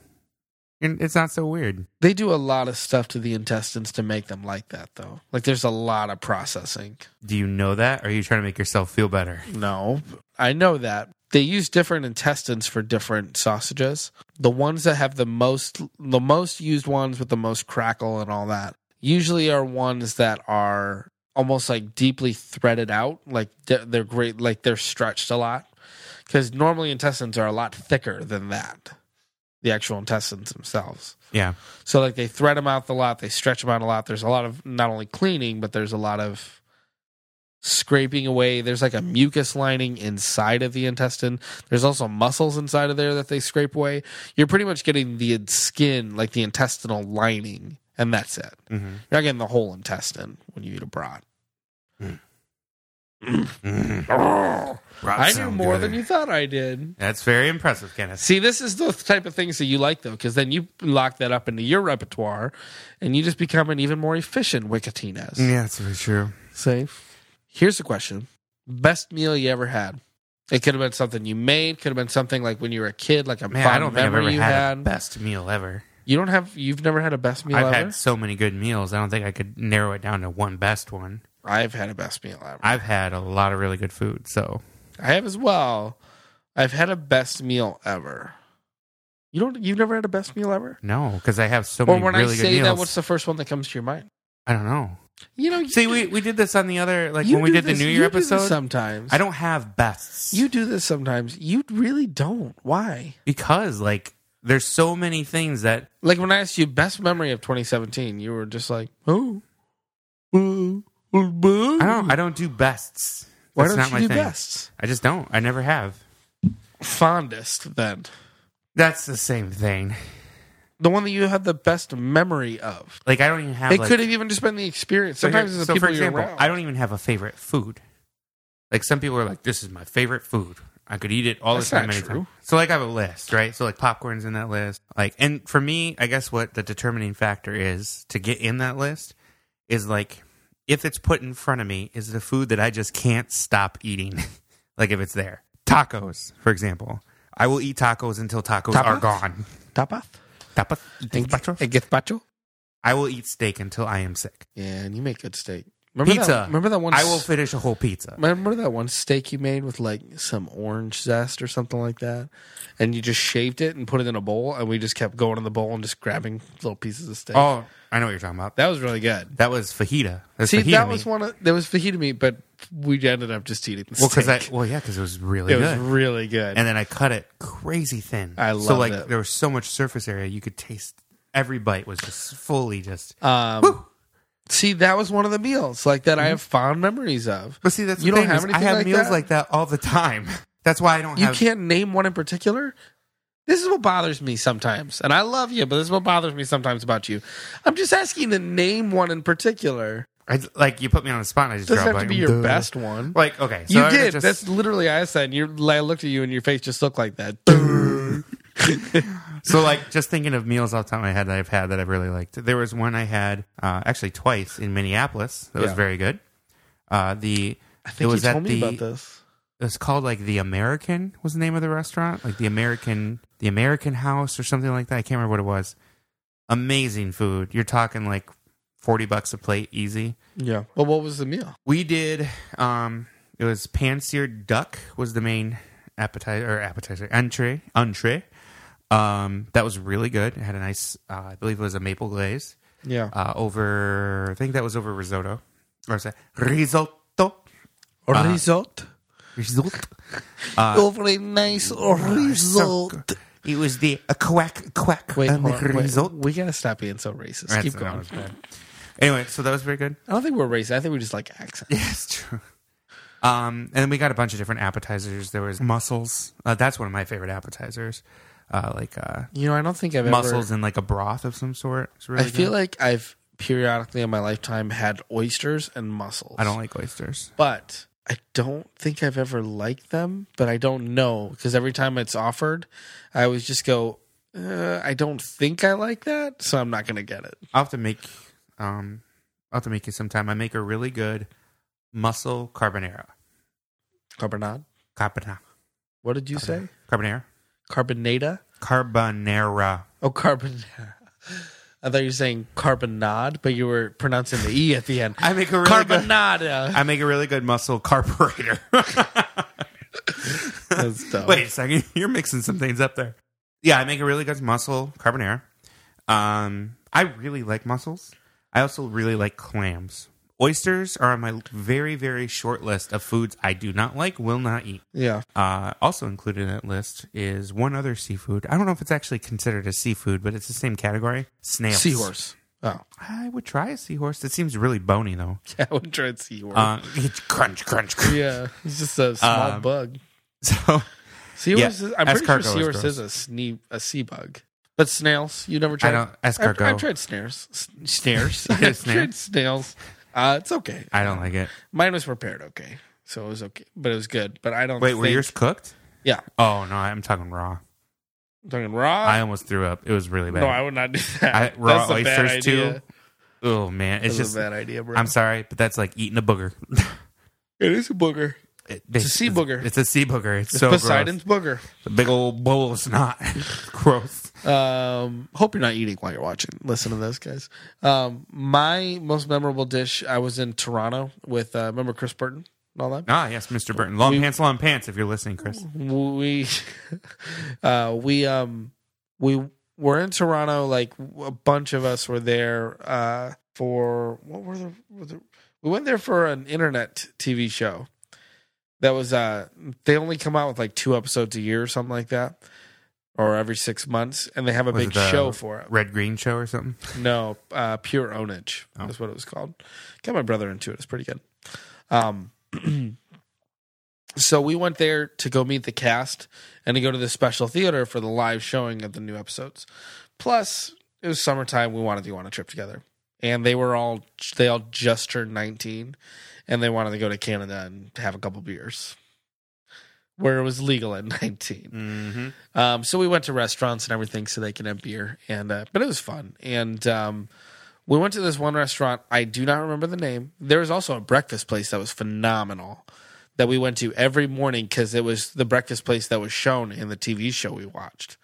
Speaker 2: you're- it's not so weird.
Speaker 1: they do a lot of stuff to the intestines to make them like that, though. Like there's a lot of processing.
Speaker 2: Do you know that? Or are you trying to make yourself feel better?
Speaker 1: No, I know that. They use different intestines for different sausages. The ones that have the most the most used ones with the most crackle and all that usually are ones that are almost like deeply threaded out, like they're, they're great like they're stretched a lot cuz normally intestines are a lot thicker than that. The actual intestines themselves.
Speaker 2: Yeah.
Speaker 1: So like they thread them out a lot, they stretch them out a lot. There's a lot of not only cleaning, but there's a lot of scraping away. There's like a mucus lining inside of the intestine. There's also muscles inside of there that they scrape away. You're pretty much getting the skin, like the intestinal lining, and that's it.
Speaker 2: Mhm.
Speaker 1: You're not getting the whole intestine when you eat a broth.
Speaker 2: Mhm. Broth
Speaker 1: Mm-hmm. I knew
Speaker 2: sound
Speaker 1: more
Speaker 2: good.
Speaker 1: than you thought I did.
Speaker 2: That's very impressive, Kenneth.
Speaker 1: See, this is the type of things that you like, though, because then you lock that up into your repertoire, and you just become an even more efficient Wikitinas.
Speaker 2: Yeah, that's very true.
Speaker 1: Safe. Here's the question: Best meal you ever had? It could have been something you made. Could have been something like when you were a kid, like a
Speaker 2: Man,
Speaker 1: fond
Speaker 2: I don't think I've
Speaker 1: memory
Speaker 2: ever
Speaker 1: you
Speaker 2: had,
Speaker 1: had.
Speaker 2: a best meal ever.
Speaker 1: you don't have. You've never had a best meal
Speaker 2: I've
Speaker 1: ever.
Speaker 2: had so many good meals. I don't think I could narrow it down to one best one.
Speaker 1: I've had a best meal ever. I,
Speaker 2: I've had a lot of really good food, so
Speaker 1: have as well. I've had a best meal ever. You don't. You've never had a best meal ever.
Speaker 2: no, because I have so
Speaker 1: Or
Speaker 2: many
Speaker 1: when
Speaker 2: really
Speaker 1: I
Speaker 2: good
Speaker 1: say
Speaker 2: meals.
Speaker 1: that, what's the first one that comes to your mind?
Speaker 2: I don't know.
Speaker 1: You know.
Speaker 2: See, we, we did this on the other like
Speaker 1: you
Speaker 2: when we
Speaker 1: do
Speaker 2: did
Speaker 1: this-
Speaker 2: the New
Speaker 1: you
Speaker 2: Year
Speaker 1: do this
Speaker 2: episode.
Speaker 1: Sometimes
Speaker 2: I don't have bests.
Speaker 1: You do this sometimes. You really don't. Why?
Speaker 2: because like there's so many things that
Speaker 1: Like when I asked you best memory of 2017, you were just like, oh, I don't.
Speaker 2: I don't I don't do bests.
Speaker 1: Why
Speaker 2: That's
Speaker 1: don't
Speaker 2: not
Speaker 1: you
Speaker 2: my
Speaker 1: do
Speaker 2: thing.
Speaker 1: best?
Speaker 2: I just don't. I never have.
Speaker 1: Fondest then,
Speaker 2: That's the same thing.
Speaker 1: the one that you have the best memory of.
Speaker 2: Like I don't even have.
Speaker 1: it
Speaker 2: like,
Speaker 1: could have even just been the experience.
Speaker 2: so here-
Speaker 1: Sometimes it's the
Speaker 2: so
Speaker 1: people
Speaker 2: for example,
Speaker 1: you're around.
Speaker 2: I don't even have a favorite food. Like some people are like, "This is my favorite food. I could eat it all
Speaker 1: That's
Speaker 2: the time."
Speaker 1: not
Speaker 2: anytime."
Speaker 1: true.
Speaker 2: So like I have a list, right? So like popcorn's in that list. Like, and for me, I guess what the determining factor is to get in that list is like if it's put in front of me is the food that I just can't stop eating. like if it's there, tacos, for example. I will eat tacos until tacos are
Speaker 1: Tapas?
Speaker 2: gone.
Speaker 1: Tapas
Speaker 2: Tapas,
Speaker 1: and
Speaker 2: gazpacho?
Speaker 1: and gazpacho.
Speaker 2: I will eat steak until I am sick.
Speaker 1: Yeah, and you make good steak. Remember
Speaker 2: pizza.
Speaker 1: That, remember that one?
Speaker 2: I will finish a whole pizza.
Speaker 1: Remember that one steak you made with like some orange zest or something like that? And you just shaved it and put it in a bowl, and we just kept going in the bowl and just grabbing little pieces of steak.
Speaker 2: Oh, I know what you're talking about.
Speaker 1: That was really good.
Speaker 2: That was fajita. That's
Speaker 1: See,
Speaker 2: fajita
Speaker 1: that was
Speaker 2: meat.
Speaker 1: one of there was fajita meat, but we ended up just eating the
Speaker 2: well
Speaker 1: steak.
Speaker 2: because I well yeah because it was really
Speaker 1: it was
Speaker 2: good.
Speaker 1: really good.
Speaker 2: and then I cut it crazy thin.
Speaker 1: I
Speaker 2: so
Speaker 1: love
Speaker 2: like
Speaker 1: it.
Speaker 2: there was so much surface area you could taste. Every bite was just fully just.
Speaker 1: um, see, that was one of the meals like
Speaker 2: Mm-hmm.
Speaker 1: that I have fond memories of.
Speaker 2: But see, that's
Speaker 1: You
Speaker 2: the
Speaker 1: don't
Speaker 2: thing
Speaker 1: have
Speaker 2: is I
Speaker 1: anything
Speaker 2: have
Speaker 1: like
Speaker 2: meals
Speaker 1: that?
Speaker 2: like that all the time. That's why I don't
Speaker 1: You
Speaker 2: have.
Speaker 1: can't name one in particular. This is what bothers me sometimes, and I love you, but this is what bothers me sometimes about you. I'm just asking to name one in particular.
Speaker 2: I, like you put me on the spot. and I just
Speaker 1: doesn't
Speaker 2: dropped, like,
Speaker 1: have to be your
Speaker 2: duh.
Speaker 1: best one.
Speaker 2: Like okay, so
Speaker 1: you
Speaker 2: I
Speaker 1: did.
Speaker 2: Just,
Speaker 1: That's literally I said. And you, I looked at you, and your face just looked like that.
Speaker 2: so like just thinking of meals off the top of my head that I've had that I've really liked. There was one I had uh, actually twice in Minneapolis that was
Speaker 1: Yeah.
Speaker 2: very good. Uh, the
Speaker 1: I think
Speaker 2: it was
Speaker 1: you
Speaker 2: at
Speaker 1: told me
Speaker 2: the
Speaker 1: about this.
Speaker 2: it's called like the American was the name of the restaurant, like the American the American House or something like that. I can't remember what it was. Amazing food. You're talking like forty bucks a plate, easy.
Speaker 1: Yeah, but what was the meal?
Speaker 2: We did. um It was pan seared duck was the main appetizer or appetizer entree entree. Um, that was really good. It had a nice, uh, I believe it was a maple glaze
Speaker 1: Yeah,
Speaker 2: uh, over. I think that was over risotto or is that risotto? Ah.
Speaker 1: risotto.
Speaker 2: Risotto. Ah.
Speaker 1: Oh, very nice risotto.
Speaker 2: It was the a quack quack
Speaker 1: Wait,
Speaker 2: and
Speaker 1: hold
Speaker 2: the
Speaker 1: on, wait.
Speaker 2: result.
Speaker 1: we gotta stop being so racist.
Speaker 2: That's-
Speaker 1: Keep
Speaker 2: that
Speaker 1: going.
Speaker 2: was bad. Anyway, so that was very good.
Speaker 1: I don't think we're racist. I think we just like accents.
Speaker 2: Yes, true. Um, and then we got a bunch of different appetizers. There was mussels. Uh, that's one of my favorite appetizers. Uh, like uh,
Speaker 1: You know, I don't think I've
Speaker 2: mussels in like a broth of some sort. It's really
Speaker 1: ever. I feel
Speaker 2: good.
Speaker 1: like I've periodically in my lifetime had oysters and mussels.
Speaker 2: I don't like oysters.
Speaker 1: but I don't think I've ever liked them. But I don't know because every time it's offered, I always just go, uh, I don't think I like that, so I'm not gonna get it.
Speaker 2: I'll have to make. Um, I'll have to make it sometime. I make a really good mussel carbonara.
Speaker 1: Carbonade.
Speaker 2: Carbonara.
Speaker 1: What did you say?
Speaker 2: Carbonara.
Speaker 1: Carbonata.
Speaker 2: Carbonara.
Speaker 1: Oh, carbonara. I thought you were saying carbonade, but you were pronouncing the e at the end.
Speaker 2: I make a really good.
Speaker 1: Carbonada.
Speaker 2: I make a really good muscle carburetor.
Speaker 1: That's dumb.
Speaker 2: Wait a second, you're mixing some things up there. Oh. Yeah, I make a really good muscle carbonara. Um, I really like mussels. I also really like clams. Oysters are on my very very short list of foods I do not like, will not eat.
Speaker 1: Yeah.
Speaker 2: Uh, also included in that list is one other seafood. I don't know if it's actually considered a seafood, but it's the same category. Snails.
Speaker 1: Seahorse. Oh,
Speaker 2: I would try a seahorse. It seems really bony though.
Speaker 1: yeah, I would try and see where.
Speaker 2: Uh, it's crunch, crunch, crunch.
Speaker 1: yeah, it's just a small
Speaker 2: um,
Speaker 1: bug.
Speaker 2: So
Speaker 1: Seahorse.
Speaker 2: yeah,
Speaker 1: Is, I'm pretty
Speaker 2: escargot
Speaker 1: sure
Speaker 2: is
Speaker 1: seahorse
Speaker 2: gross.
Speaker 1: is a sne- a sea bug. But snails, you never
Speaker 2: I
Speaker 1: tried.
Speaker 2: don't
Speaker 1: I've,
Speaker 2: escargot. I,
Speaker 1: I've tried snares. S- Snares.
Speaker 2: You had a
Speaker 1: I've
Speaker 2: snare?
Speaker 1: tried snails. Uh, it's okay.
Speaker 2: don't like it.
Speaker 1: Mine was prepared okay, so it was okay, but it was good. But I don't.
Speaker 2: Wait,
Speaker 1: think,
Speaker 2: were yours cooked?
Speaker 1: Yeah.
Speaker 2: Oh no, I'm talking raw.
Speaker 1: I'm talking raw.
Speaker 2: I almost threw up. It was really bad.
Speaker 1: Uh, no, I would not do that.
Speaker 2: I- raw
Speaker 1: That's a bad
Speaker 2: oysters, too?
Speaker 1: idea.
Speaker 2: oh man, it's
Speaker 1: That's
Speaker 2: just.
Speaker 1: a bad idea, bro.
Speaker 2: I'm sorry, but that's like eating a booger.
Speaker 1: It is a booger.
Speaker 2: It-
Speaker 1: It's a sea booger.
Speaker 2: It's a sea booger. It's,
Speaker 1: It's
Speaker 2: so gross.
Speaker 1: Poseidon's
Speaker 2: A big old bowl of snot. gross.
Speaker 1: booger. Um, hope you're not eating while you're watching. Listen to this, guys. Um, my most memorable dish. I was in Toronto with uh, remember Chris Burton and all that.
Speaker 2: Ah, yes, Mr. Burton. Long
Speaker 1: We-
Speaker 2: pants, long pants. If you're listening, Chris.
Speaker 1: we uh we um we were in Toronto like a bunch of us were there uh for what were the, were the we went there for an internet TV show that was uh they only come out with like two episodes a year or something like that or every 6 months and they have a
Speaker 2: Was
Speaker 1: big
Speaker 2: it the-
Speaker 1: show for it.
Speaker 2: Red Green Show or something.
Speaker 1: No, uh, Pure Onage
Speaker 2: Oh.
Speaker 1: is what it was called. Got my brother into it. It's pretty good. Um, so we went there to go meet the cast and to go to the special theater for the live showing of the new episodes. Plus, it was summertime. We wanted to go on a trip together, and they were all they all just turned nineteen, and they wanted to go to Canada and have a couple beers, where it was legal at nineteen.
Speaker 2: Mm-hmm.
Speaker 1: Um, so we went to restaurants and everything so they can have beer, and uh, but it was fun. And um, we went to this one restaurant. I do not remember the name. There was also a breakfast place that was phenomenal that we went to every morning because it was the breakfast place that was shown in the TV show we watched.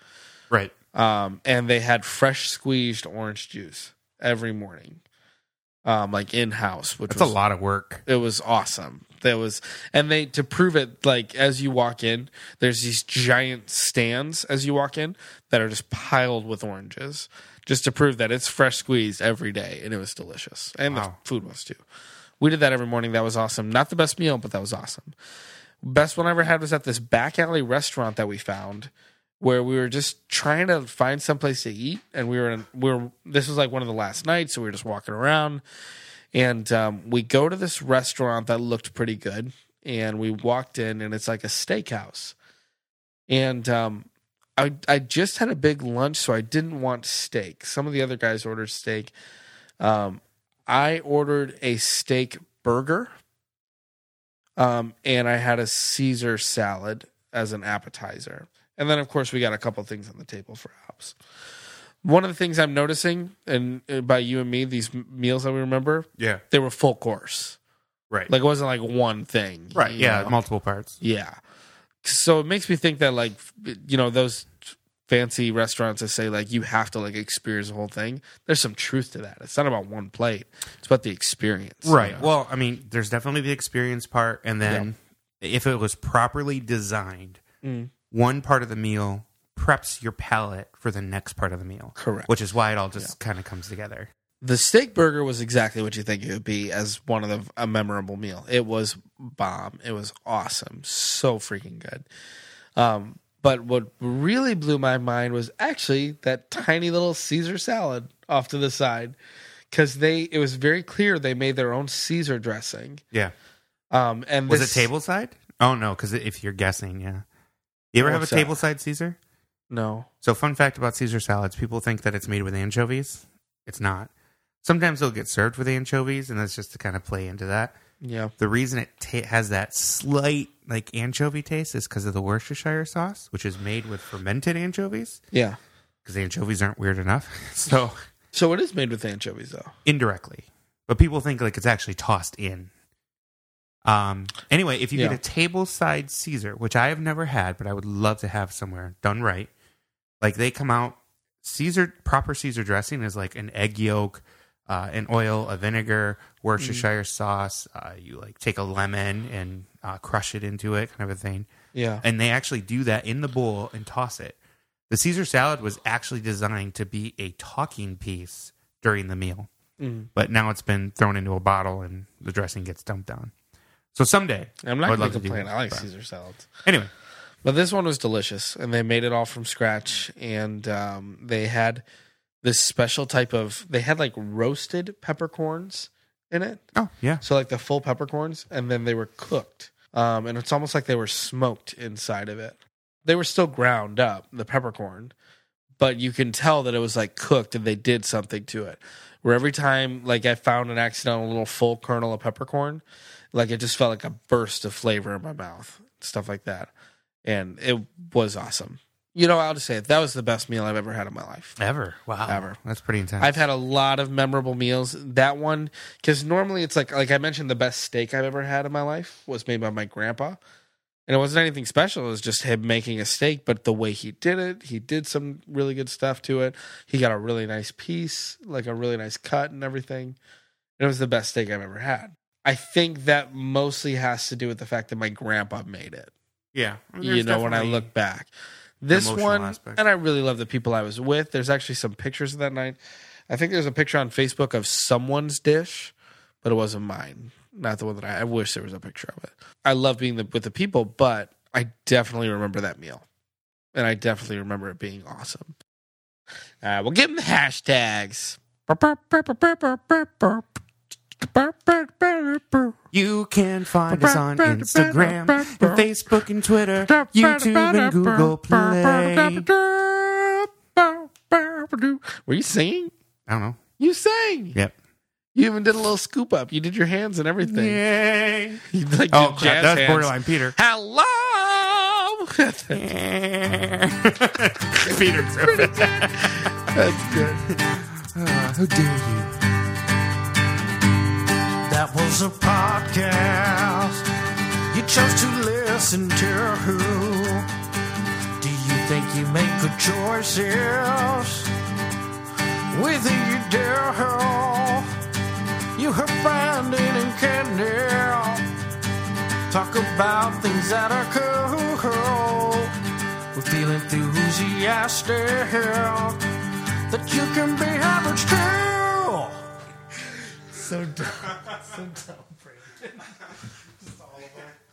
Speaker 2: Right.
Speaker 1: Um, and they had fresh squeezed orange juice every morning, um, like in house, which
Speaker 2: That's
Speaker 1: was
Speaker 2: a lot of work.
Speaker 1: it was awesome. There was, and they to prove it, like as you walk in, there's these giant stands as you walk in that are just piled with oranges, just to prove that it's fresh squeezed every day, and it was delicious, and the
Speaker 2: Wow.
Speaker 1: food was too. We did that every morning. That was awesome. Not the best meal, but that was awesome. Best one I ever had was at this back alley restaurant that we found, where we were just trying to find someplace to eat, and we were in, we were this was like one of the last nights, so we were just walking around and um, we go to this restaurant that looked pretty good and we walked in and it's like a steakhouse and um, I, I just had a big lunch so i didn't want steak some of the other guys ordered steak um, i ordered a steak burger um, and i had a caesar salad as an appetizer and then of course we got a couple things on the table for apps one of the things i'm noticing and uh, by you and me these m- meals that we remember
Speaker 2: Yeah.
Speaker 1: they were full course.
Speaker 2: Right.
Speaker 1: Like it wasn't like one thing.
Speaker 2: right.
Speaker 1: you
Speaker 2: Yeah.
Speaker 1: know?
Speaker 2: Multiple parts.
Speaker 1: yeah. So it makes me think that like you know those fancy restaurants that say like you have to like experience the whole thing. There's some truth to that. It's not about one plate. It's about the experience. you
Speaker 2: Right.
Speaker 1: know?
Speaker 2: Well, I mean, there's definitely the experience part, and then if it was properly designed,
Speaker 1: Mm.
Speaker 2: one part of the meal preps your palate for the next part of the meal.
Speaker 1: Correct.
Speaker 2: Which is why it all just kind of comes together.
Speaker 1: the steak burger was exactly what you think it would be as one of the a memorable meal. It was bomb. It was awesome. So freaking good. Um, but what really blew my mind was actually that tiny little Caesar salad off to the side because they it was very clear they made their own Caesar dressing.
Speaker 2: Yeah.
Speaker 1: Um, and
Speaker 2: Was
Speaker 1: this-
Speaker 2: it table side? Oh no, because if you're guessing, yeah. You ever have a
Speaker 1: What's that?
Speaker 2: table side Caesar?
Speaker 1: No.
Speaker 2: So, fun fact about Caesar salads: people think that it's made with anchovies. It's not. Sometimes they'll get served with anchovies, and that's just to kind of play into that.
Speaker 1: Yeah.
Speaker 2: The reason it ta- has that slight like anchovy taste is because of the Worcestershire sauce, which is made with fermented anchovies.
Speaker 1: Yeah.
Speaker 2: Because anchovies aren't weird enough, so
Speaker 1: So it is made with anchovies though.
Speaker 2: indirectly. But people think like it's actually tossed in. Um. Anyway, if you
Speaker 1: Yeah.
Speaker 2: get a table side Caesar, which I have never had, but I would love to have somewhere done right, like they come out Caesar proper Caesar dressing is like an egg yolk, uh, an oil, a vinegar, Worcestershire sauce. Uh, you like take a lemon and uh, crush it into it, kind of a thing.
Speaker 1: Yeah.
Speaker 2: And they actually do that in the bowl and toss it. The Caesar salad was actually designed to be a talking piece during the meal
Speaker 1: Mm.
Speaker 2: but now it's been thrown into a bottle and the dressing gets dumped on. So someday
Speaker 1: I'm not
Speaker 2: I would
Speaker 1: gonna
Speaker 2: love to do
Speaker 1: complain.
Speaker 2: it,
Speaker 1: I like
Speaker 2: but-
Speaker 1: Caesar salads.
Speaker 2: Anyway,
Speaker 1: But this one was delicious, and they made it all from scratch. And um, they had this special type of they had like roasted peppercorns in it.
Speaker 2: Oh yeah,
Speaker 1: So like the full peppercorns, and then they were cooked. Um, and it's almost like they were smoked inside of it. They were still ground up, the peppercorn, but you can tell that it was like cooked and they did something to it. Where every time like I found an accidental little full kernel of peppercorn, like it just felt like a burst of flavor in my mouth, stuff like that. And it was awesome. You know, I'll just say it. That was the best meal I've ever had in my life.
Speaker 3: Ever. Wow.
Speaker 1: Ever.
Speaker 2: that's pretty intense.
Speaker 1: I've had a lot of memorable meals. That one, because normally it's like like I mentioned, the best steak I've ever had in my life was made by my grandpa, and it wasn't anything special. It was just him making a steak, but the way he did it, he did some really good stuff to it. He got a really nice piece, like a really nice cut and everything. And it was the best steak I've ever had. I think that mostly has to do with the fact that my grandpa made it
Speaker 2: yeah, I mean,
Speaker 1: you
Speaker 2: there's
Speaker 1: know, when I
Speaker 2: definitely-
Speaker 1: look back. This
Speaker 2: emotional
Speaker 1: one,
Speaker 2: aspect.
Speaker 1: and I really love the people I was with. There's actually some pictures of that night. I think there's a picture on Facebook of someone's dish, but it wasn't mine. Not the one that I, I wish there was a picture of it. I love being the, with the people, but I definitely remember that meal. And I definitely remember it being awesome. Uh, we'll give them the hashtags.
Speaker 2: You can find us on Instagram, and Facebook, and Twitter, YouTube, and Google Play. I
Speaker 1: Were you singing?
Speaker 2: don't know.
Speaker 1: You sang.
Speaker 2: Yep.
Speaker 1: You even did a little scoop up. You did your hands and everything.
Speaker 2: Yay!
Speaker 1: You like
Speaker 2: Oh, crap,
Speaker 1: did jazz
Speaker 2: that's
Speaker 1: hands.
Speaker 2: borderline Peter.
Speaker 1: Hello.
Speaker 2: Peter Griffin.
Speaker 1: That's good.
Speaker 2: How Ah, dare you?
Speaker 3: That was a podcast you chose to listen to. Do you think you make good choices? Whether you do, you are finding and candy. Talk about things that are cool. We feel enthusiastic that you can be average too.
Speaker 2: So dumb. So dumb, Brandon.